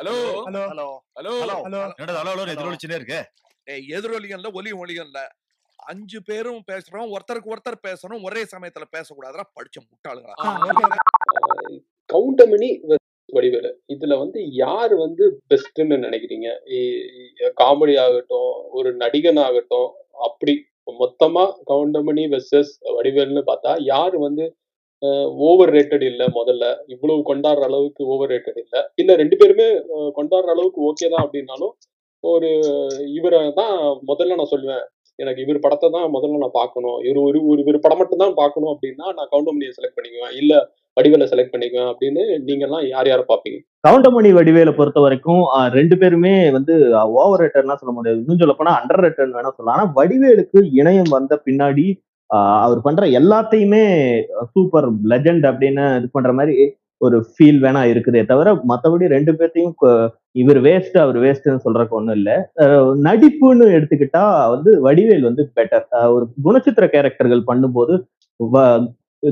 Hello hello hello hello hello hello என்னடா hello hello எதிரொலிச்சுனே இருக்கு ஏய், எதிரொலியும் இல்ல ஒலியும் ஒலியும் இல்ல அஞ்சு பேரும் பேசுறோம் ஒருத்தருக்கு ஒருத்தர் பேசணும் ஒரே சமயத்துல பேசக்கூடாதுடா படிச்ச முட்டாளுங்களா ஆ, okay. கவுண்டமணி versus வடிவேலு இதுல வந்து யார் வந்து பெஸ்ட்னு நினைக்கிறீங்க காமெடி ஆகட்டும் ஒரு நடிகன் ஆகட்டும் அப்படி மொத்தமா கவுண்டமணி வெர்சஸ் வடிவேலுன்னு பார்த்தா யார் வந்து ஓவர் ரேட்டட் இல்ல முதல்ல இவ்வளவு கொண்டாடுற அளவுக்கு ஓவர் ரேட்டட் இல்ல இல்ல ரெண்டு பேருமே அஹ், கொண்டாடுற அளவுக்கு ஓகே தான் அப்படின்னாலும் ஒரு இவரை தான் முதல்ல நான் சொல்லுவேன் எனக்கு இவர் படத்தை தான் முதல்ல நான் பார்க்கணும் இவர் ஒரு ஒரு இவர் படம் மட்டும் தான் பார்க்கணும் அப்படின்னா நான் கவுண்டமணியை செலக்ட் பண்ணிக்குவேன் இல்ல வடிவேலை செலக்ட் பண்ணிக்குவேன் அப்படின்னு நீங்க எல்லாம் யார் யாரை பாப்பீங்க கவுண்டமணி வடிவேலை பொறுத்த வரைக்கும் அஹ், ரெண்டு பேருமே வந்து ஓவர் ரேட்டர்லாம் சொல்ல முடியாது இன்னும் சொல்ல போனா அண்டர் ரேட்டர்னு வேணா சொல்லலாம் ஆனா வடிவேலுக்கு இணையம் வந்த பின்னாடி அஹ், அவர் பண்ற எல்லாத்தையுமே சூப்பர் லெஜண்ட் அப்படின்னு இது பண்ற மாதிரி ஒரு ஃபீல் வேணா இருக்குதே தவிர மத்தபடி ரெண்டு பேர்த்தையும் கொ- இவர் வேஸ்ட் அவர் வேஸ்ட்னு சொல்றதுக்கு ஒண்ணும் இல்ல அஹ், நடிப்புன்னு எடுத்துக்கிட்டா வந்து வடிவேல் வந்து பெட்டர் ஒரு குணச்சித்திர கேரக்டர்கள் பண்ணும்போது வ-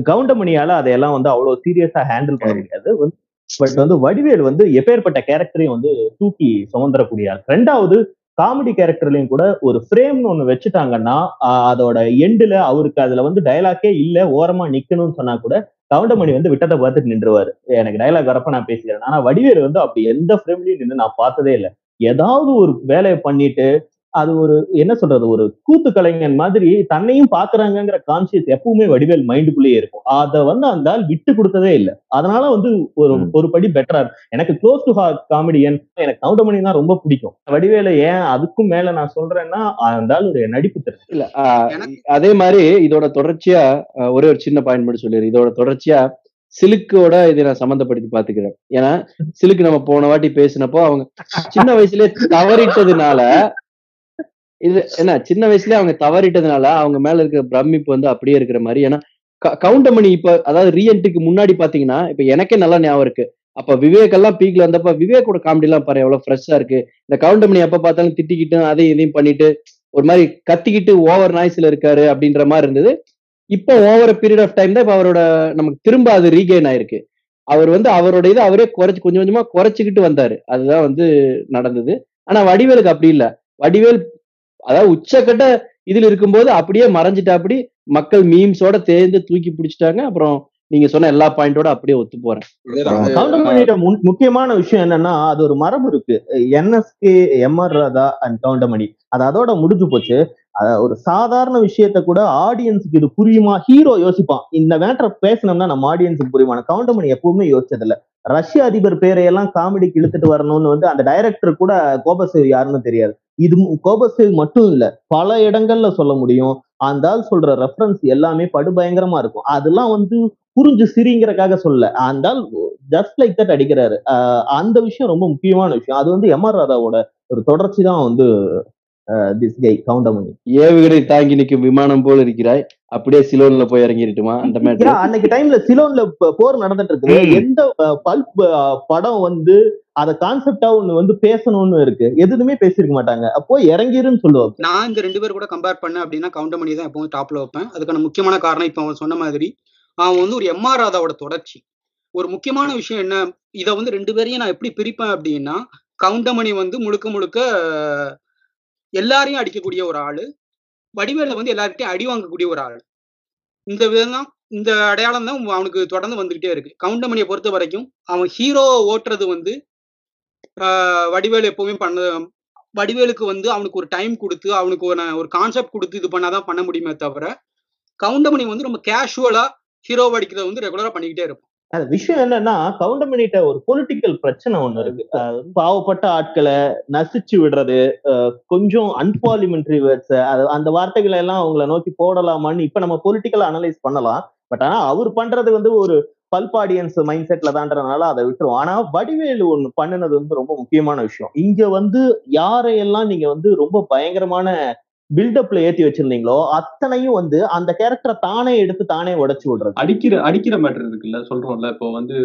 கவுண்டமணியால அதையெல்லாம் வந்து அவ்வளவு சீரியஸா ஹேண்டில் பண்ண முடியாது வந்து பட் வந்து வடிவேல் வந்து எப்பேற்பட்ட கேரக்டரையும் வந்து தூக்கி சுமந்துடக்கூடிய ஆள் ரெண்டாவது காமெடி கேரக்டர்லயும் கூட ஒரு ஃப்ரேம்னு ஒண்ணு வச்சுட்டாங்கன்னா ஆஹ் அதோட எண்டுல அவருக்கு அதுல வந்து டயலாக்கே இல்ல ஓரமா நிக்கணும்னு சொன்னா கூட கவுண்டமணி வந்து விட்டத்தை பார்த்துட்டு நின்றுவாரு எனக்கு டயலாக் வரப்ப நான் பேசிக்கிறேன் ஆனா வடிவேல் வந்து அப்படி எந்த ஃப்ரேம்லயும் நின்று நான் பார்த்ததே இல்லை ஏதாவது ஒரு வேலையை பண்ணிட்டு அது ஒரு என்ன சொல்றது ஒரு கூத்து கலைஞன் மாதிரி தன்னையும் பாக்குறாங்கிற கான்சியஸ் எப்பவுமே வடிவேல் மைண்டுக்குள்ளேயே இருக்கும் அதை வந்து அந்த ஆள் விட்டு கொடுத்ததே இல்லை அதனால வந்து ஒரு ம். ஒரு படி பெட்டரா இருக்கு எனக்கு க்ளோஸ் டு ஹார்ட் காமெடியன் எனக்கு கவுண்டமணி தான் ரொம்ப பிடிக்கும் வடிவேலு ஏன் அதுக்கும் மேல நான் சொல்றேன்னா அந்த ஆள் ஒரு நடிப்பு திறன் இல்ல ஆஹ் அதே மாதிரி இதோட தொடர்ச்சியா ஆஹ் ஒரே ஒரு சின்ன பாயிண்ட் மட்டும் சொல்லிடுறேன் இதோட தொடர்ச்சியா சிலுக்கோட இதை நான் சம்மந்தப்படுத்தி பாத்துக்கிறேன் ஏன்னா சிலுக்கு நம்ம போன வாட்டி பேசினப்போ அவங்க சின்ன வயசுல தவறிட்டதுனால இது என்ன சின்ன வயசுல அவங்க தவறிட்டதுனால அவங்க மேல இருக்கிற பிரமிப்பு வந்து அப்படியே இருக்கிற மாதிரி ஏன்னா க- கவுண்டமணி இப்ப அதாவது ரீஎன்ட்ரிக்கு முன்னாடி பாத்தீங்கன்னா இப்ப எனக்கே நல்லா ஞாபகம் இருக்கு அப்ப விவேக் எல்லாம் பீக்ல வந்தப்ப விவேக்கோட காமெடி எல்லாம் பாரு எவ்வளவு ஃப்ரெஷ்ஷா இருக்கு இந்த கவுண்டமணி எப்ப பார்த்தாலும் திட்டிக்கிட்டு அதையும் இதையும் பண்ணிட்டு ஒரு மாதிரி கத்திக்கிட்டு ஓவர் நாய்ஸ்ல இருக்காரு அப்படின்ற மாதிரி இருந்தது இப்போ ஓவர் பீரியட் ஆஃப் டைம் தான் இப்போ அவரோட நமக்கு திரும்ப அது ரீகெயின் ஆயிருக்கு அவர் வந்து அவரோட இதை அவரே குறைச்சு கொஞ்சம் கொஞ்சமா குறைச்சிக்கிட்டு வந்தாரு அதுதான் வந்து நடந்தது ஆனா வடிவேலுக்கு அப்படி இல்ல வடிவேல் அதாவது உச்சக்கட்ட இதுல இருக்கும்போது அப்படியே மறைஞ்சிட்டாப்படி மக்கள் மீம்ஸோட தேர்ந்து தூக்கி பிடிச்சிட்டாங்க அப்புறம் நீங்க சொன்ன எல்லா பாயிண்டோட அப்படியே ஒத்து போறேன் கவுண்டமணியோட முன்- முக்கியமான விஷயம் என்னன்னா அது ஒரு மரபு இருக்கு NSK MR Radha and Goundamani அது அதோட முடிஞ்சு போச்சு அஹ் ஒரு சாதாரண விஷயத்த கூட ஆடியன்ஸுக்கு இது புரியுமா ஹீரோ யோசிப்பான் இந்த மேட்டரை பேசணும்னா நம்ம ஆடியன்ஸுக்கு புரியுமா ஆனா கவுண்டமணி எப்பவுமே யோசிச்சதில்ல ரஷ்ய அதிபர் பேரையெல்லாம் காமெடிக்கு இழுத்துட்டு வரணும்னு வந்து அந்த டைரக்டர் கூட கோபசேவ் யாருன்னு தெரியாது இது மு- கோபசேவ் மட்டும் இல்ல பல இடங்கள்ல சொல்ல முடியும் அந்த ஆள் சொல்ற ரெஃபரன்ஸ் எல்லாமே படுபயங்கரமா இருக்கும் அதெல்லாம் வந்து புரிஞ்சு சிரிங்கிறக்காக சொல்ல அந்த ஆள் ஜஸ்ட் லைக் தட் அடிக்கிறாரு அஹ் அந்த விஷயம் ரொம்ப முக்கியமான விஷயம் அது வந்து எம்ஆர் ராதாவோட ஒரு தொடர்ச்சி தான் வந்து திஸ் கை கவுண்டமணி ஏவுகணை தாங்கி நிற்கும் விமானம் போல இருக்கிறாய் அப்படியே சிலோன்ல போய் இறங்கிட்டுமா அந்த மேட்டர் ஏன் அன்னைக்கு டைம்ல சிலோன்ல ப- போர் நடந்துட்டு இருக்குது ம். எந்த பல்ப் படம் வந்து அத கான்செப்டா ஒண்ணு வந்து பேசணும்னு இருக்கு எதுவுமே பேசியிருக்க மாட்டாங்க அப்போ இறங்கிருன்னு சொல்லுவாங்க நான் இந்த ரெண்டு பேர் கூட கம்பேர் பண்ண அப்படின்னா கவுண்டமணி தான் எப்பவும் டாப்ல வைப்பேன் அதுக்கான முக்கியமான காரணம் இப்போ அவன் சொன்ன மாதிரி அவன் வந்து ஒரு எம்ஆர் ராதாவோட தொடர்ச்சி ஒரு முக்கியமான விஷயம் என்ன இதை வந்து ரெண்டு பேரையும் நான் எப்படி பிரிப்பேன் அப்படின்னா கவுண்டமணி வந்து முழுக்க முழுக்க அஹ், எல்லாரையும் அடிக்கக்கூடிய ஒரு ஆளு வடிவேல வந்து எல்லார்கிட்டையும் அடி வாங்கக்கூடிய ஒரு ஆள் இந்த விதம்தான் இந்த அடையாளம் தான் அவனுக்கு தொடர்ந்து வந்துகிட்டே இருக்கு கவுண்டமணியை பொறுத்த வரைக்கும் அவன் ஹீரோ ஓட்டுறது வந்து அஹ், வடிவேலு எப்பவுமே பண்ண வடிவேலுக்கு வந்து அவனுக்கு ஒரு டைம் கொடுத்து அவனுக்கு ஒரு ஒரு கான்செப்ட் கொடுத்து இது பண்ணாதான் பண்ண முடியுமே தவிர கவுண்டமணி வந்து ரொம்ப கேஷுவலா ஹீரோ அடிக்கிறத வந்து ரெகுலரா பண்ணிக்கிட்டே இருப்பான் அது விஷயம் என்னன்னா கவுண்டமணிட்ட ஒரு பொலிட்டிக்கல் பிரச்சனை ஒண்ணு இருக்கு அஹ் பாவப்பட்ட ஆட்களை நசிச்சு விடுறது அஹ் கொஞ்சம் அன்பார்லிமெண்ட்ரி வேர்ட்ஸ் அந்த வார்த்தைகளை எல்லாம் அவங்கள நோக்கி போடலாமான்னு இப்ப நம்ம பொலிட்டிக்கல் அனலைஸ் பண்ணலாம் பட் ஆனா அவர் பண்றது வந்து ஒரு பல்ப் ஆடியன்ஸ் மைண்ட் செட்ல தான்றதுனால அதை விட்டுரும் ஆனா வடிவேலு ஒண்ணு பண்ணுனது வந்து ரொம்ப முக்கியமான விஷயம் இங்க வந்து யாரையெல்லாம் நீங்க வந்து ரொம்ப பயங்கரமான பில்டப்ல ஏத்தி வச்சிருந்தீங்களோ அத்தனையும் வந்து அந்த கேரக்டரை தானே எடுத்து தானே உடைச்சு விடுறது அடிக்கிற அடிக்கிற மேட்டர் இருக்குல்ல சொல்றோம்ல இப்போ வந்து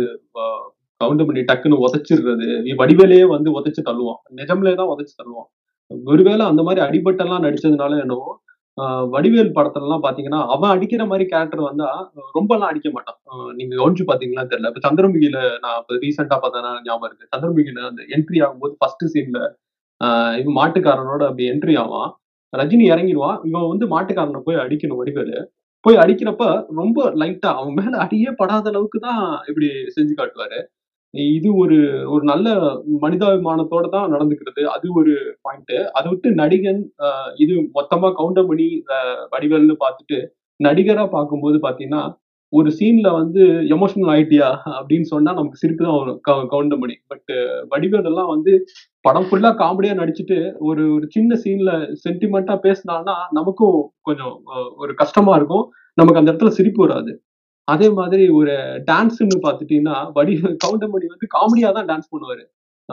அஹ், கவுண்டமணி டக்குன்னு உதைச்சிடுறது இ- வடிவேலையே வந்து உதைச்சு தள்ளுவான் நிஜம்லே தான் உதைச்சு தள்ளுவான் ஒருவேளை அந்த மாதிரி அடிபட்டெல்லாம் நடிச்சதுனால என்னவோ ஆஹ் வடிவேல் படத்துல எல்லாம் பாத்தீங்கன்னா அவன் அடிக்கிற மாதிரி கேரக்டர் வந்தா ரொம்ப எல்லாம் அடிக்க மாட்டான் ஆஹ் நீங்க கவனிச்சு பாத்தீங்களா தெரியல இப்ப சந்திரமுகில நான் இப்ப ரீசெண்டா பார்த்தேன்னா ஞாபகம் இருக்கு சந்திரமுகில அந்த என்ட்ரி ஆகும்போது ஃபர்ஸ்ட் சீன்ல இவன் மாட்டுக்காரனோட அப்படி என்ட்ரி ஆவான் ரஜினி இறங்கிடுவான் இவன் வந்து மாட்டுக்காரனை போய் அடிக்கணும் வடிவேலு போய் அடிக்கிறப்ப ரொம்ப லைட்டா அவன் மேல அடியே படாத அளவுக்கு தான் இப்படி செஞ்சு காட்டுவாரு இது ஒரு ஒரு நல்ல மனிதாபிமானத்தோட தான் நடந்துக்கிறது அது ஒரு பாயிண்ட் அதை விட்டு நடிகன் ஆஹ் இது மொத்தமா கவுண்டர் பண்ணி வடிவேல்னு பார்த்துட்டு நடிகரா பார்க்கும்போது பாத்தீங்கன்னா ஒரு சீன்ல வந்து எமோஷனல் ஆயிட்டியா அப்படின்னு சொன்னா நமக்கு சிரிப்பு தான் வரும் கவுண்டர் பண்ணி பட் வடிவேல் எல்லாம் வந்து படம் ஃபுல்லா காமெடியா நடிச்சுட்டு ஒரு ஒரு சின்ன சீன்ல சென்டிமெண்டா பேசினான்னா நமக்கும் கொஞ்சம் ஆஹ், ஒரு கஷ்டமா இருக்கும் நமக்கு அந்த இடத்துல சிரிப்பு வராது அதே மாதிரி ஒரு டான்ஸ்னு பார்த்துட்டீங்கன்னா வடி கவுண்டமணி வந்து காமெடியா தான் டான்ஸ் பண்ணுவாரு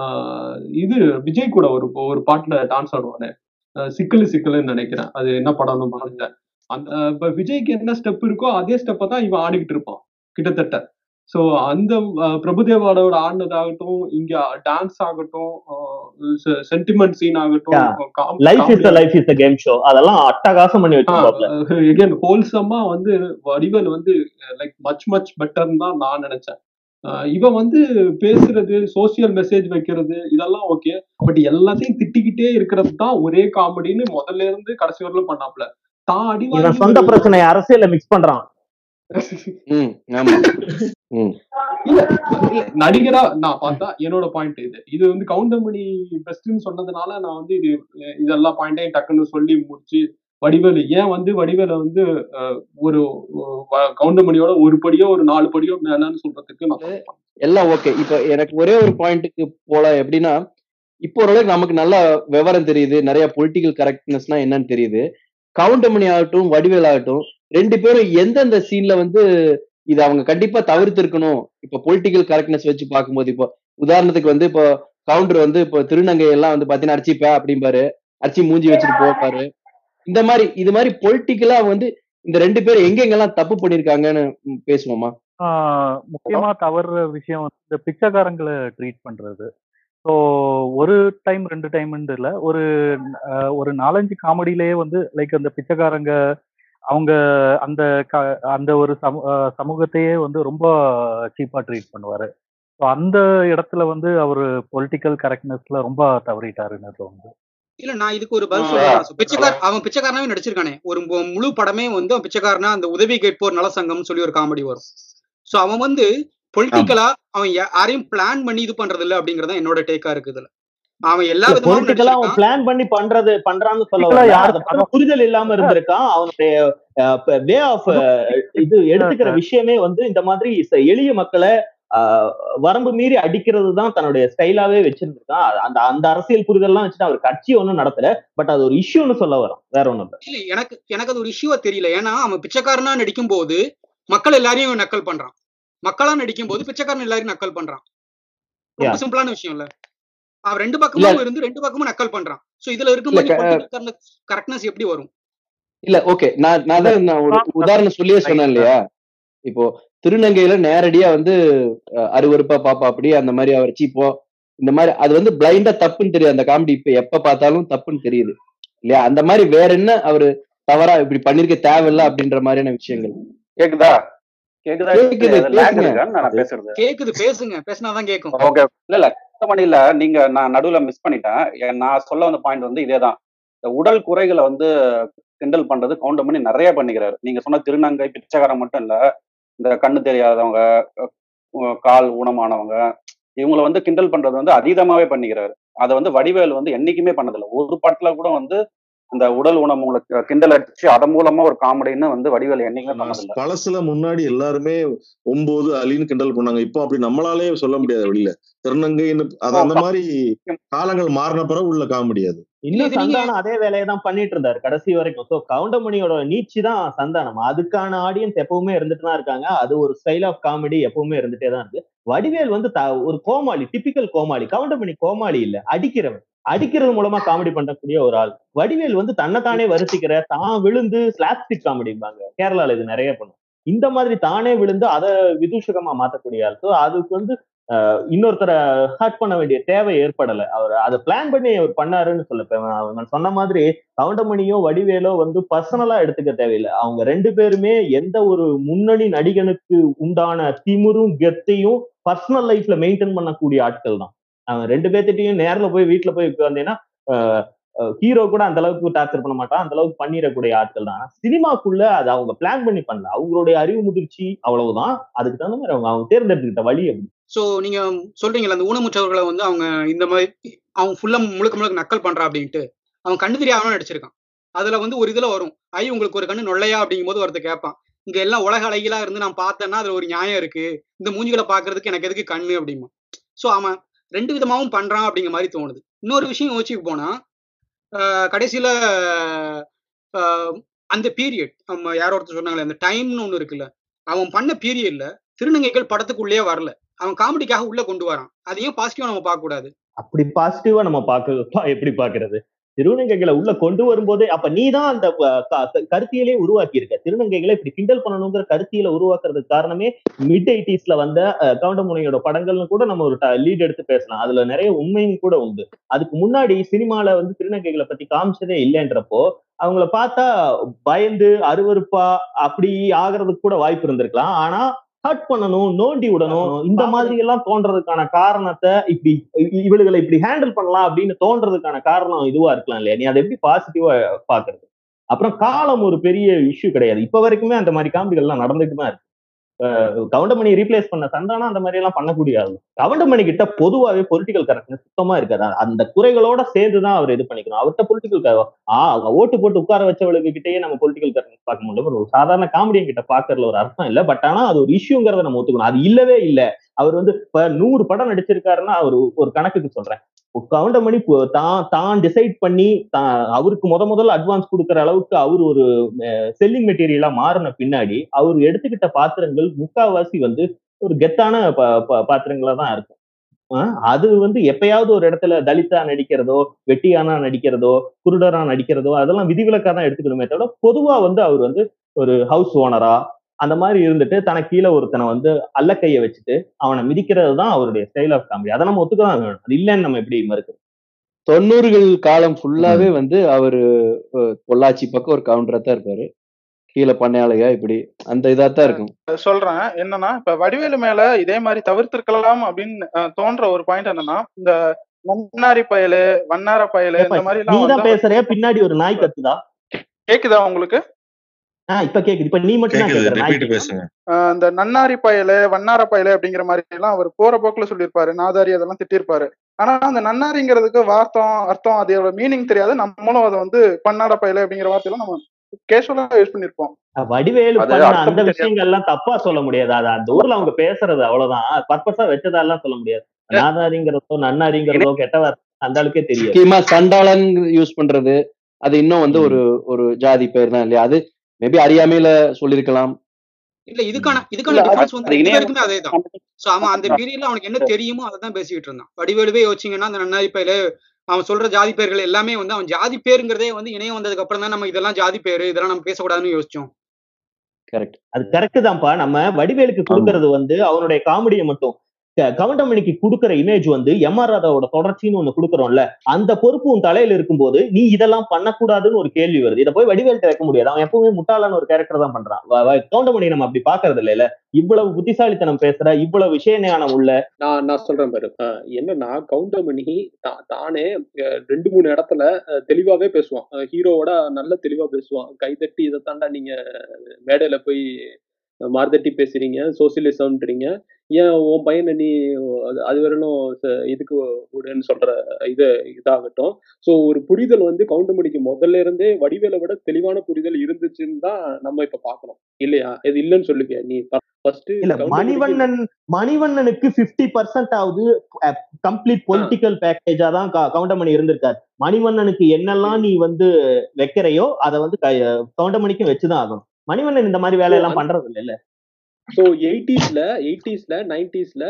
ஆஹ் இது விஜய் கூட ஒரு ஒரு பாட்டுல டான்ஸ் ஆடுவானே ஆஹ் சிக்கலு சிக்கலுன்னு நினைக்கிறேன் அது என்ன படம்னு மறந்த அந்த ஆஹ் இப்ப விஜய்க்கு என்ன ஸ்டெப் இருக்கோ அதே ஸ்டெப்பை தான் இவன் ஆடிக்கிட்டு இருப்பான் கிட்டத்தட்ட ஸோ அந்த ஆஹ் பிரபுதேவாவோட ஆடினதாகட்டும் இங்க டான்ஸ் ஆகட்டும் சென்டிமெண்ட் சீன் Yeah. ஆகட்டும் com- life is comedy life is game show அதெல்லாம் அட்டகாசம் பண்ணி வச்சிருப்பாப்ல எகேன் ஹோல்சமா வந்து வடிவேல் வந்து லைக் மச் மச் பெட்டர்னு தான் நான் நினைச்சேன் அஹ் இவன் வந்து பேசுறது சோசியல் மெசேஜ் வைக்கிறது இதெல்லாம் ஓகே பட் எல்லாத்தையும் திட்டிக்கிட்டே இருக்கிறது தான் ஒரே காமெடின்னு முதல்ல இருந்து கடைசி வரலும் பண்ணாப்ல தான் அடி இவன் வாங்கி சொந்த ஒரு- பிரச்சனையை அரசியல்ல மிக்ஸ் பண்றான் ம் ஆமா ம் இல்ல, இல்ல, நடிகரா நான் பார்த்தா என்னோட பாயிண்ட் இது இது வந்து கவுண்டமணி பெஸ்ட்னு சொன்னதுனால நான் வந்து இது இதெல்லாம் பாயிண்டையும் டக்குன்னு சொல்லி முடிச்சு வடிவேலு ஏன் வந்து வடிவேல வந்து அஹ், ஒரு ஒ- வ- கவுண்டமணியோட ஒரு படியோ ஒரு நாலு படியோ மேலன்னு சொல்றதுக்கு நான் சொல்றேன். எல்லாம் ஓகே இப்போ எனக்கு ஒரே ஒரு பாயிண்ட்டுக்கு போலாம் எப்படின்னா இப்போ ஓரளவுக்கு நமக்கு நல்ல விவரம் தெரியுது நிறைய பொலிட்டிக்கல் கரெக்ட்னஸ்னா என்னன்னு தெரியுது கவுண்டமணி ஆகட்டும் வடிவேல் ஆகட்டும் ரெண்டு பேரும் எந்தெந்த சீன்ல வந்து இது அவங்க கண்டிப்பா தவிர்த்திருக்கணும் இப்போ பொலிட்டிக்கல் கரெக்ட்னஸ் வச்சு பார்க்கும்போது இப்போ உதாரணத்துக்கு வந்து இப்போ கவுண்டர் வந்து இப்போ திருநங்கை எல்லாம் வந்து பாத்தீங்கன்னா அடிச்சுப்ப அப்படிம்பாரு அடிச்சு மூஞ்சி வச்சுட்டு போவாரு இந்த மாதிரி இது மாதிரி பொலிட்டிக்கலா வந்து இந்த ரெண்டு பேரும் எங்கெங்கெல்லாம் தப்பு பண்ணிருக்காங்கன்னு ம், பேசுவோமா ஆஹ் முக்கியமா தவற விஷயம் வந்து இந்த பிச்சைக்காரங்களை ட்ரீட் பண்றது ஸோ ஒரு டைம் ரெண்டு டைம்னு இல்லை ஒரு ஆஹ் ஒரு நாலஞ்சு காமெடியிலேயே வந்து லைக் அந்த பிச்சைக்காரங்க அவங்க அந்த க அந்த ஒரு சமூ ஆஹ் சமூகத்தையே வந்து ரொம்ப சீப்பாக ட்ரீட் பண்ணுவார் ஸோ அந்த இடத்துல வந்து அவர் பொலிட்டிக்கல் கரெக்ட்னஸ்ல ரொம்ப தவறிட்டாருன்னு தோணுது இல்ல நான் இதுக்கு ஒரு பதில் ஆ. சொல்றேன் பிச்சைக்கார அவன் பிச்சைக்காரனாவே நடிச்சிருக்கானே ஒரு மு- முழு படமே வந்து அவன் பிச்சைக்காரனா அந்த உதவி கேட்போர் நல சங்கம்னு சொல்லி ஒரு காமெடி வரும் சோ அவன் வந்து பொலிட்டிக்கலா அவன் யா- யாரையும் பிளான் பண்ணி இது பண்றது இல்ல அப்படிங்கறது தான் என்னோட டேக்கா இருக்குதுல அவன் எல்லா விதமாவும் பொலிட்டிக்கலா அவன் நடிச்சிருக்கான் பிளான் பண்ணி பண்றது பண்றான்னு சொல்ல Political-ஆ வரல. யாரு- அதை பத்தி புரிதல் இல்லாம இருந்திருக்கான் அவனுடைய வே ஆஃப் இது எடுத்துக்கிற விஷயமே வந்து இந்த மாதிரி ச- எளிய மக்களை ஆஹ், வரம்பு மீறி அடிக்கிறது தான் தன்னுடைய ஸ்டைலாவே வச்சிருந்திருக்கான் அது- அந்த அந்த அரசியல் புரிதல்லாம் வச்சுட்டு அவர் கட்சி ஒண்ணும் நடத்தல பட் அது ஒரு இஷ்யூன்னு சொல்ல வரும் வேற ஒண்ணும் இல்ல இல்ல எனக்கு எனக்கு அது ஒரு இஷ்யூவா தெரியல ஏன்னா அவன் பிச்சைக்காரனா நடிக்கும் போது மக்கள் எல்லாரையும் இவன் நக்கல் பண்றான் மக்களா நடிக்கும் போது பிச்சைக்காரன் எல்லாரையும் நக்கல் பண்றான் ரொம்ப Yeah. சிம்பிளான விஷயம் இல்ல அவன் ரெண்டு இல்ல. பக்கமும் இருந்து ரெண்டு பக்கமும் நக்கல் பண்றான் சோ இதுல இல்ல, இருக்கும்போது க- கரெக்ட்னஸ் எப்படி வரும் இல்ல ஓகே நான் நான் தான் நான் ஒரு உதாரணம் சொல்லியே சொன்னேன் இல்லையா இப்போ திருநங்கையில நேரடியா வந்து அஹ், அருவருப்பா பாப்பா அப்படி அந்த மாதிரி அவர் சீப்போ இந்த மாதிரி அது வந்து பிளைண்டா தப்புன்னு தெரியுது அந்த காமெடி இப்ப எப்ப பார்த்தாலும் தப்புன்னு தெரியுது இல்லையா அந்த மாதிரி வேற என்ன அவரு தவறா இப்படி பண்ணிருக்க தேவையில்ல அப்படின்ற மாதிரியான விஷயங்கள் கேக்குதா கேக்குதா கேக்குது, லேக் கேக்குங்க. இருக்கான்னு நான் பேசுறது கேக்குது பேசுங்க பேசினாதான் கேக்கும் ஓகே இல்ல இல்ல மணில நீங்க நான் நடுவுல மிஸ் பண்ணிட்டேன் ஏன் நான் சொல்ல வந்த பாயிண்ட் வந்து இதேதான் இந்த உடல் குறைகளை வந்து கிண்டல் பண்றது கவுண்டர் பண்ணி நிறைய பண்ணிக்கிறாரு நீங்க சொன்ன திருநங்கை பிச்சைக்காரன் மட்டும் இல்ல இந்த கண்ணு தெரியாதவங்க அஹ் கால் ஊனமானவங்க இவங்களை வந்து கிண்டல் பண்றது வந்து அதீதமாவே பண்ணிக்கிறாரு அதை வந்து வடிவேல் வந்து என்னைக்குமே பண்ணதில்லை ஒரு படத்துல கூட வந்து இந்த உடல் ஊனம் உங்களுக்கு கிண்டல் அடிச்சு அதன் மூலமா ஒரு காமெடின்னு வந்து வடிவேல் என்னைக்குமே பண்ணதில்லை பழசுல முன்னாடி எல்லாருமே ஒன்பது அலின்னு கிண்டல் பண்ணாங்க இப்போ அப்படி நம்மளாலே சொல்ல முடியாது வெளியில திருநங்கைன்னு அது அந்த மாதிரி காலங்கள் மாறின பிறகு உள்ள காமெடி அது இல்ல, இன்னும் இது நீங்க- சந்தானம் அதே வேலையை தான் பண்ணிட்டு இருந்தாரு கடைசி வரைக்கும் ஸோ கவுண்டமணியோட நீச்சி தான் சந்தானம் அதுக்கான ஆடியன்ஸ் எப்பவுமே இருந்துட்டு தான் இருக்காங்க அது ஒரு ஸ்டைல் ஆஃப் காமெடி எப்பவுமே இருந்துட்டே தான் இருக்கு வடிவேல் வந்து த- ஒரு கோமாளி டிபிக்கல் கோமாளி கவுண்டமணி கோமாளி இல்ல அடிக்கிறவன் அடிக்கிறது மூலமா காமெடி பண்ணக்கூடிய ஒரு ஆள் வடிவேல் வந்து தன்னைத்தானே வருத்திக்கிற தான் விழுந்து ஸ்லாப்ஸ்டிக் காமெடிம்பாங்க கேரளால இது நிறைய பண்ணும் இந்த மாதிரி தானே விழுந்து அதை விதூஷகமா மாத்தக்கூடிய ஆள் ஸோ அதுக்கு வந்து அஹ், இன்னொருத்தரை ஹர்ட் பண்ண வேண்டிய தேவை ஏற்படல அவர் அதை பிளான் பண்ணி அவர் பண்ணாருன்னு சொல்ல இப்ப நான் நான் சொன்ன மாதிரி கவுண்டமணியோ வடிவேலோ வந்து பர்சனலா எடுத்துக்க தேவையில்லை அவங்க ரெண்டு பேருமே எந்த ஒரு முன்னணி நடிகனுக்கு உண்டான திமிரும் கெத்தையும் பர்சனல் லைஃப்ல மெயின்டைன் பண்ணக்கூடிய ஆட்கள் தான் அவன் ரெண்டு பேர்த்திட்டையும் நேர்ல போய் வீட்டுல போய் உட்கார்ந்தேன்னா ஹீரோ கூட அந்த அளவுக்கு டார்ச்சர் பண்ண மாட்டான் அந்த அளவுக்கு பண்ணிடக்கூடிய ஆட்கள் தான் ஆனா, சினிமாக்குள்ள அதை அவங்க பிளான் பண்ணி பண்ணல அவங்களுடைய அறிவு முதிர்ச்சி அவ்வளவுதான் அதுக்கு தகுந்த மாதிரி அவங்க அவங்க தேர்ந்தெடுத்துக்கிட்ட வழி அப்படி சோ நீங்க சொல்றீங்கல்ல அந்த ஊனமுற்றவர்களை வந்து அவங்க இந்த மாதிரி அவங்க ஃபுல்லா முழுக்க முழுக்க நக்கல் பண்றா அப்படின்ட்டு அவன் கண்ணு தெரியாம நடிச்சிருக்கான் அதுல வந்து ஒரு இதுல வரும் ஐ உங்களுக்கு ஒரு கண்ணு நொல்லையா அப்படிங்கும் போது ஒருத்தர் கேட்பான் இங்க எல்லாம் உலக அழகிலா இருந்து நான் பார்த்தேன்னா அதுல ஒரு நியாயம் இருக்கு இந்த மூஞ்சிகளை பாக்குறதுக்கு எனக்கு எதுக்கு கண்ணு அப்படிமா சோ அவன் ரெண்டு விதமாவும் பண்றான் அப்படிங்கிற மாதிரி தோணுது இன்னொரு விஷயம் யோசிச்சுக்கு போனா ஆஹ் கடைசியில ஆஹ் அந்த பீரியட் நம்ம யாரோ ஒருத்தர் சொன்னாங்களே அந்த டைம்னு ஒண்ணு இருக்குல்ல அவன் பண்ண பீரியட்ல திருநங்கைகள் படத்துக்குள்ளேயே வரல அவன் காமெடிக்காக உள்ள கொண்டு வரான் அதையும் பாசிட்டிவா நம்ம பார்க்க கூடாது அப்படி பாசிட்டிவா நம்ம பாக்க எப்படி பாக்குறது திருநங்கைகளை உள்ள கொண்டு வரும்போதே அப்ப நீ தான் அந்த அஹ், க- க- கருத்தியலே உருவாக்கி இருக்க திருநங்கைகளை இப்படி கிண்டல் பண்ணணுங்கிற கருத்தியல உருவாக்குறதுக்கு காரணமே மிட் எயிட்டிஸ்ல வந்த அஹ், கவுண்டமுனையோட படங்கள்னு கூட நம்ம ஒரு லீட் எடுத்து பேசலாம் அதுல நிறைய உண்மையும் கூட உண்டு அதுக்கு முன்னாடி சினிமால வந்து திருநங்கைகளை பத்தி காமிச்சதே இல்லைன்றப்போ அவங்கள பார்த்தா பயந்து அருவருப்பா அப்படி ஆகுறதுக்கு கூட வாய்ப்பு இருந்திருக்கலாம் ஆனா ஹர்ட் பண்ணணும் நோண்டி விடணும் இந்த மாதிரி எல்லாம் தோன்றதுக்கான காரணத்தை இப்படி இ- இவளுகளை இப்படி ஹேண்டில் பண்ணலாம் அப்படின்னு தோன்றதுக்கான காரணம் இதுவா இருக்கலாம் இல்லையா நீ அதை எப்படி பாசிட்டிவா பாக்குறது அப்புறம் காலம் ஒரு பெரிய இஷ்யூ கிடையாது இப்ப வரைக்குமே அந்த மாதிரி காமெடிகள் எல்லாம் நடந்துட்டு தான் இருக்கு அஹ் கவுண்டமணி ரீப்ளேஸ் பண்ண சந்தானா அந்த மாதிரி எல்லாம் பண்ணக்கூடிய ஆளு கவுண்டமணி கிட்ட பொதுவாவே பொலிட்டிக்கல் கரெக்ட்னஸ் சுத்தமா இருக்காது அ- அந்த குறைகளோட சேர்ந்துதான் அவர் இது பண்ணிக்கணும் அவர்கிட்ட பொலிட்டிக்கல் ஆ ஓட்டு போட்டு உட்கார வச்சவளுக்கு கிட்டயே நம்ம பொலிட்டிக்கல் கரெக்ட்னஸ் பார்க்க முடியும் ஒரு சாதாரண காமெடியன் கிட்ட பாக்குறதுல ஒரு அர்த்தம் இல்ல பட் ஆனா அது ஒரு இஷ்யூங்கிறத நம்ம ஒத்துக்கணும் அது இல்லவே இல்ல அவர் வந்து இப்ப நூறு படம் நடிச்சிருக்காருன்னா அவர் ஒரு கணக்குக்கு சொல்றேன் இப்போ கவுண்டமணி இப்போ தான் தான் டிசைட் பண்ணி தான் அவருக்கு முத முதல்ல அட்வான்ஸ் கொடுக்குற அளவுக்கு அவர் ஒரு செல்லிங் மெட்டீரியலா மாறின பின்னாடி அவர் எடுத்துக்கிட்ட பாத்திரங்கள் முக்காவாசி வந்து ஒரு கெத்தான ப- ப- பாத்திரங்களா தான் இருக்கும் ஆஹ் அது வந்து எப்பயாவது ஒரு இடத்துல தலித்தா நடிக்கிறதோ வெட்டியானா நடிக்கிறதோ குருடரா நடிக்கிறதோ அதெல்லாம் விதிவிலக்கா தான் எடுத்துக்கணுமே தவிர பொதுவா வந்து அவர் வந்து ஒரு ஹவுஸ் ஓனரா அந்த மாதிரி இருந்துட்டு தனக்கு கீழே ஒருத்தனை வந்து அல்ல கையை வச்சுட்டு அவனை மிதிக்கிறது தான் அவருடைய ஸ்டைல் ஆஃப் காமெடி அதை நம்ம ஒத்துக்க தான் வேணும் அது இல்லைன்னு நம்ம எப்படி மறுக்கிறோம் தொண்ணூறுகள் காலம் ஃபுல்லாவே வந்து அவரு அஹ், பொள்ளாச்சி பக்கம் ஒரு கவுண்டரா தான் இருப்பாரு கீழே பண்ணையாளையா இப்படி அந்த இதா தான் இருக்கும் சொல்றேன் என்னன்னா இப்ப வடிவேலு மேல இதே மாதிரி தவிர்த்திருக்கலாம் அப்படின்னு அஹ், தோன்ற ஒரு பாயிண்ட் என்னன்னா இந்த நன்னாரி பயலு வண்ணார பயலு இந்த மாதிரி நீ எல்லாம் தான் வந்தா- பேசுறியா பின்னாடி ஒரு நாய் கத்துதா கேக்குதா உங்களுக்கு ஆஹ் இப்ப கேக்குது இப்ப நீ மட்டும் தான் கேக்குது கேக்குற நாய் ரிப்பீட் கேக்குது பேசுங்க அஹ், இந்த நன்னாரி பயலு வண்ணார பயலு அப்படிங்கிற மாதிரி எல்லாம் அவர் போற போக்குல சொல்லியிருப்பாரு நாதாரி அதெல்லாம் திட்டியிருப்பாரு ஆனா அந்த நன்னாரிங்கிறதுக்கு வார்த்தம் அர்த்தம் அதோட மீனிங் தெரியாது நம்மளும் அதை வந்து பன்னாட பயலு அப்படிங்கிற வார்த்தையெல்லாம் நம்ம கேஷுவலா யூஸ் பண்ணிருப்போம் வடிவேலு அது பண்ண அர்த்தம் அந்த தெரியாது. விஷயங்கள் எல்லாம் தப்பா சொல்ல முடியாது அது அந்த ஊர்ல அவங்க பேசுறது அவ்வளவுதான் பர்பஸா வச்சதெல்லாம் சொல்ல முடியாது நாதாரிங்கிறதோ நன்னாரிங்கிறதோ கெட்ட வார்த்தை அந்த அளவுக்கே தெரியாது முக்கியமா சண்டாளன் யூஸ் பண்றது அது இன்னும் வந்து ஒரு ஒரு ஜாதி பேர் தான் இல்லையா அது மேபி அறியாமையில சொல்லியிருக்கலாம் இல்ல இதுக்கான இல்ல இதுக்கான அது டிஃபரன்ஸ் வந்து அது ரெண்டு இணையம் பேருக்குமே அதே தான் சோ அவன் அந்த பீரியட்ல அவனுக்கு என்ன தெரியுமோ அதை தான் பேசிக்கிட்டு இருந்தான் வடிவேலுவே யோசிச்சீங்கன்னா அந்த நன்னாரி பயில அவன் சொல்ற ஜாதி பேர்கள் எல்லாமே வந்து அவன் ஜாதி பேருங்கிறதே வந்து இணையம் வந்ததுக்கு அப்புறம் தான் நம்ம இதெல்லாம் ஜாதி பேரு இதெல்லாம் நம்ம பேசக்கூடாதுன்னு யோசிச்சோம் கரெக்ட் அது கரெக்ட் தான்ப்பா நம்ம வடிவேலுக்கு கொடுக்கறது வந்து அவனுடைய காமெடியை மட்டும் க- கவுண்டமணிக்கு கொடுக்கற இமேஜ் வந்து எம் ஆர் ராதாவோட தொடர்ச்சின்னு ஒண்ணு கொடுக்கறோம்ல அந்த பொறுப்பு உன் தலையில இருக்கும்போது நீ இதெல்லாம் பண்ணக்கூடாதுன்னு ஒரு கேள்வி வருது இதை போய் வடிவேல்கிட்ட வைக்க முடியாது அவன் எப்பவுமே முட்டாளான ஒரு கேரக்டர் தான் பண்றான் வ- வ- கவுண்டமணி நம்ம அப்படி பாக்குறது இல்லைல்ல இவ்வளவு புத்திசாலித்தனம் பேசுற இவ்வளவு விஷய ஞானம் உள்ள நான் நான் சொல்றேன் பாரு அஹ் என்னன்னா கவுண்டமணி தா- தானே அஹ் ரெண்டு மூணு இடத்துல அஹ் தெளிவாவே பேசுவான் ஹீரோவோட நல்ல தெளிவா பேசுவான் கைதட்டி இதை தாண்டா நீங்க மேடையில போய் மார்தட்டி பேசுறீங்க சோசியலிசம்ன்றீங்க ஏன் உன் பையனை நீ அது- அது வரணும் இதுக்கு விடுன்னு சொல்ற இது இதாகட்டும் ஸோ ஒரு புரிதல் வந்து கவுண்டமணிக்கு முதல்ல இருந்தே வடிவேலை விட தெளிவான புரிதல் இருந்துச்சுன்னு தான் நம்ம இப்ப பார்க்கணும் இல்லையா இது இல்லைன்னு சொல்லுவியா நீ ஃபர்ஸ்ட் இல்ல கவுண்டமணிக்கு மணிவண்ணன் மணிவண்ணனுக்கு 50% பர்சன்ட் ஆகுது கம்ப்ளீட் பொலிட்டிக்கல் பேக்கேஜா தான் க- கவுண்டமணி இருந்திருக்காரு மணிவண்ணனுக்கு என்னெல்லாம் நீ வந்து வைக்கிறையோ அதை வந்து க- கவுண்டமணிக்கும் வச்சுதான் ஆகும் மணிவண்ணன் இந்த மாதிரி So, வேலையெல்லாம் அந்த- பண்றது இல்ல ஸோ எயிட்டிஸ்ல எயிட்டிஸ்ல நைன்டிஸ்ல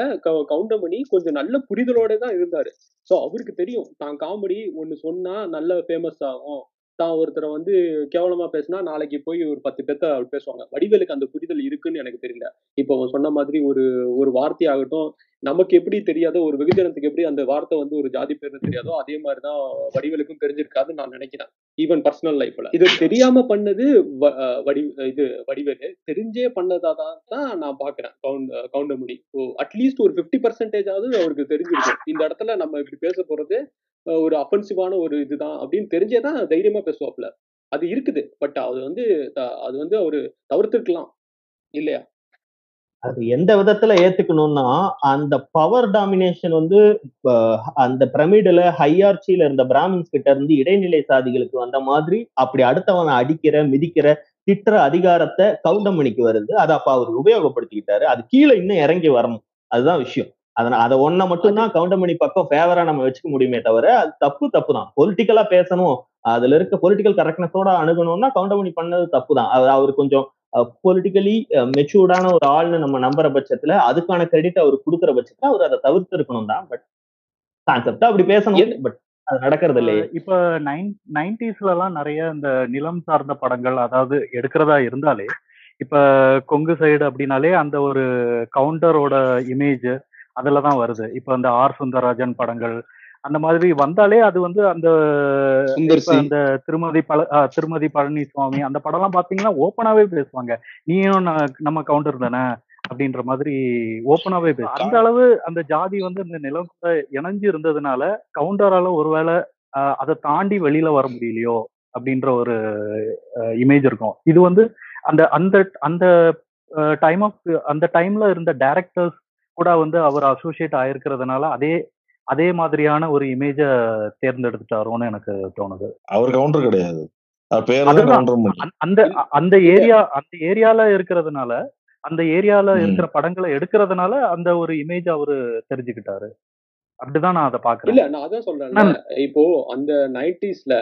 கவுண்டமணி கொஞ்சம் நல்ல புரிதலோட தான் இருந்தாரு ஸோ அவருக்கு தெரியும் தான் காமெடி ஒன்று சொன்னா நல்ல ஃபேமஸ் ஆகும் தான் ஒருத்தரை வந்து கேவலமா பேசினா நாளைக்கு போய் ஒரு பத்து பேர்த்த பேசுவாங்க வடிவேலுக்கு அந்த புரிதல் இருக்குன்னு எனக்கு தெரியல இப்போ அவன் சொன்ன மாதிரி ஒரு ஒரு வார்த்தை ஆகட்டும் நமக்கு எப்படி தெரியாதோ ஒரு வெகுஜனத்துக்கு எப்படி அந்த வார்த்தை வந்து ஒரு ஜாதி பேர்னு தெரியாதோ அதே மாதிரிதான் வடிவேலுக்கும் தெரிஞ்சிருக்காதுன்னு நான் நினைக்கிறேன் ஈவன் பர்சனல் லைஃப்ல இது தெரியாம பண்ணது வ- அஹ் வடி இது வடிவேலு தெரிஞ்சே பண்ணதா தான் நான் பாக்குறேன் கவுண்ட் கவுண்டமணி அட்லீஸ்ட் ஒரு ஃபிஃப்டி பர்சன்டேஜ் ஆகுது அவருக்கு தெரிஞ்சிருக்கும் இந்த இடத்துல நம்ம இப்படி பேச போறது அஹ் ஒரு அஃபென்சிவான ஒரு இதுதான் அப்படின்னு தெரிஞ்சே தான் தைரியமா பேசுவாப்ல அது இருக்குது பட் அது வந்து த- அது வந்து அவரு தவிர்த்திருக்கலாம் இல்லையா அது எந்த விதத்துல ஏத்துக்கணும்னா அந்த பவர் டாமினேஷன் வந்து அஹ், அந்த பிரமிடுல ஹையார்ச்சியில இருந்த பிராமின்ஸ் கிட்ட இருந்து இடைநிலை சாதிகளுக்கு வந்த மாதிரி அப்படி அடுத்தவனை அடிக்கிற மிதிக்கிற திட்டுற அதிகாரத்தை கவுண்டமணிக்கு வருது அதை அப்ப அவர் உபயோகப்படுத்திக்கிட்டாரு அது கீழே இன்னும் இறங்கி வரணும் அதுதான் விஷயம் அதனால அதை ஒன்ன மட்டும்தான் கவுண்டமணி பக்கம் ஃபேவரா நம்ம வச்சுக்க முடியுமே தவிர அது தப்பு தப்பு தான் பொலிட்டிக்கலா பேசணும் அதுல இருக்க பொலிட்டிக்கல் கரெக்ட்னஸோட அணுகணும்னா கவுண்டமணி பண்ணது தப்பு தான் அவர் அவர் கொஞ்சம் பொலிட்டிக்கலி மெச்சூர்டான ஒரு ஆள்னு நம்ம நம்புற பட்சத்துல அதுக்கான கிரெடிட் அவர் கொடுக்குற பட்சத்துல அவர் அதை தவிர்த்து இருக்கணும் தான் பட் கான்செப்டா அப்படி பேசணும் பட் அது நடக்கிறது இல்லையே அஹ் இப்ப நைன் நைன்டிஸ்லலாம் நிறைய இந்த நிலம் சார்ந்த படங்கள் அதாவது எடுக்கிறதா இருந்தாலே இப்ப கொங்கு சைடு அப்படின்னாலே அந்த ஒரு கவுண்டரோட இமேஜ் அதில் தான் வருது இப்ப அந்த ஆர் சுந்தரராஜன் படங்கள் அந்த மாதிரி வந்தாலே அது வந்து அந்த சுந்தர் இப்ப சி அந்த திருமதி பழ அஹ் திருமதி பழனிசுவாமி அந்த படம்லாம் பாத்தீங்கன்னா ஓப்பனாவே பேசுவாங்க நீயும் ந- நம்ம கவுண்டர் தானே அப்படின்ற மாதிரி ஓப்பனாவே பேசு அந்த அளவு அந்த ஜாதி வந்து அந்த நிலம் கூட இணைஞ்சு இருந்ததுனால கவுண்டரால ஒருவேளை அஹ், அதை தாண்டி வெளியில வர முடியலையோ அப்படின்ற ஒரு இமேஜ் இருக்கும் இது வந்து அந்த அந்த அந்த டைம் ஆஃப் அந்த டைம்ல இருந்த டைரக்டர்ஸ் கூட வந்து அவர் அசோசியேட் ஆயிருக்கிறதுனால அதே அதே மாதிரியான ஒரு இமேஜை தேர்ந்தெடுத்துட்டாரோன்னு எனக்கு தோணுது அவர் கவுண்டர் கிடையாது அவர் பேர் தான் அதுதான். கவுண்டர் பண்ணி அந்த- அந்த அ- அந்த ஏரியா அந்த ஏரியால இருக்கிறதுனால அந்த ஏரியால ம். இருக்கிற படங்களை எடுக்கிறதுனால அந்த ஒரு இமேஜ் அவரு தெரிஞ்சுக்கிட்டாரு அப்படிதான் நான் அதை பாக்குறேன் இல்ல நான் அதான் சொல்றேன்ல இப்போ அந்த நைன்டிஸ்ல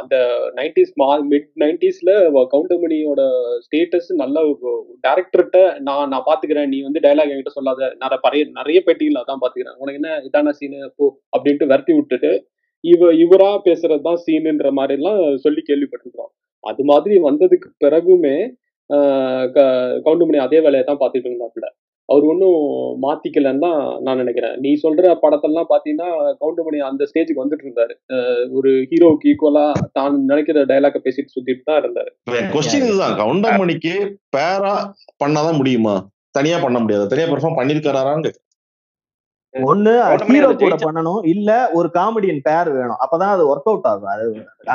அந்த நைன்டிஸ் மிட் நைன்டிஸ்ல கவுண்டமணியோட ஸ்டேட்டஸ் நல்ல டேரக்டர்கிட்ட நான் நான் பாத்துக்கிறேன் நீ வந்து டைலாக் என்கிட்ட சொல்லாத நான் பறைய நிறைய பேட்டிகள் அதான் பாத்துக்கிறேன் உனக்கு என்ன இதான சீனு போ அப்படின்ட்டு விரட்டி விட்டுட்டு இவ இவரா பேசுறதுதான் சீனுன்ற மாதிரி எல்லாம் சொல்லி கேள்விப்பட்டிருக்கிறோம் அது மாதிரி வந்ததுக்கு பிறகுமே ஆஹ் க- கவுண்டமணி அதே வேலையை தான் பார்த்துட்டு இருந்தாப்புல அவர் ஒன்றும் மாத்திக்கலன்னு தான் நான் நினைக்கிறேன் நீ சொல்ற படத்தெல்லாம் பார்த்தீங்கன்னா கவுண்டமணி அந்த ஸ்டேஜுக்கு வந்துட்டு இருந்தாரு அஹ் ஒரு ஹீரோவுக்கு ஈக்குவலா தான் நினைக்கிற டைலாக பேசிட்டு சுத்திட்டு தான் இருந்தாரு கொஸ்டின் இதுதான் கவுண்டர் மணிக்கு பேரா பண்ணாதான் முடியுமா தனியா பண்ண முடியாது தனியா பெர்ஃபார்ம் பண்ணிருக்காராங்க ஒண்ணு கவுண்டமணி ஹீரோ அதை கூட ஜெயிச்சா- பண்ணணும் இல்ல ஒரு காமெடியன் பேர் வேணும் அப்பதான் அது ஒர்க் அவுட் ஆகும் அது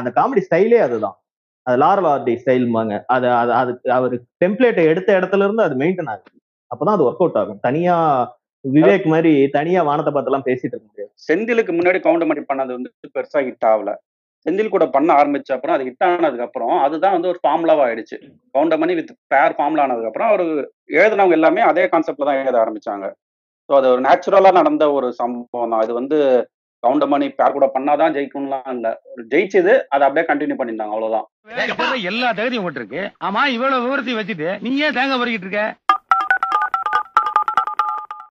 அந்த காமெடி ஸ்டைலே அதுதான் அது லாரல் ஆர்டி ஸ்டைல்மாங்க அது அது அதுக்கு அவர் டெம்ப்ளேட்டை எடுத்த இடத்துல இருந்து அது மெயின்டைன் ஆகும் அப்பதான் அது ஒர்க் அவுட் ஆகும் தனியா விவேக் மாதிரி தனியா வானத்தை பார்த்து எல்லாம் பேசிட்டு இருக்க முடியாது செந்திலுக்கு முன்னாடி கவுண்டமணி பண்ணது வந்து பெருசா ஹிட் ஆகல செந்தில் கூட பண்ண ஆரம்பிச்ச அப்புறம் அது ஹிட் ஆனதுக்கு அப்புறம் அதுதான் வந்து ஒரு ஃபார்முலாவா ஆயிடுச்சு கவுண்டமணி வித் பேர் ஃபார்முலா ஆனதுக்கு அப்புறம் அவர் எழுதினவங்க எல்லாமே அதே கான்செப்ட்ல தான் எழுத ஆரம்பிச்சாங்க ஸோ அது ஒரு நேச்சுரலா நடந்த ஒரு சம்பவம் தான் அது வந்து கவுண்டமணி பேர் கூட பண்ணாதான் ஜெயிக்கணும்லாம் இல்ல ஜெயிச்சது அதை அப்படியே கண்டினியூ பண்ணிருந்தாங்க அவ்வளவுதான் வேலைக்கு போற எல்லா தகுதியும் உங்கள்ட்ட இருக்கு ஆமா இவ்வளவு விவரத்தையும் வச்சுட்டு நீ ஏன் தேங்க பொறுக்கிட்டு இருக்க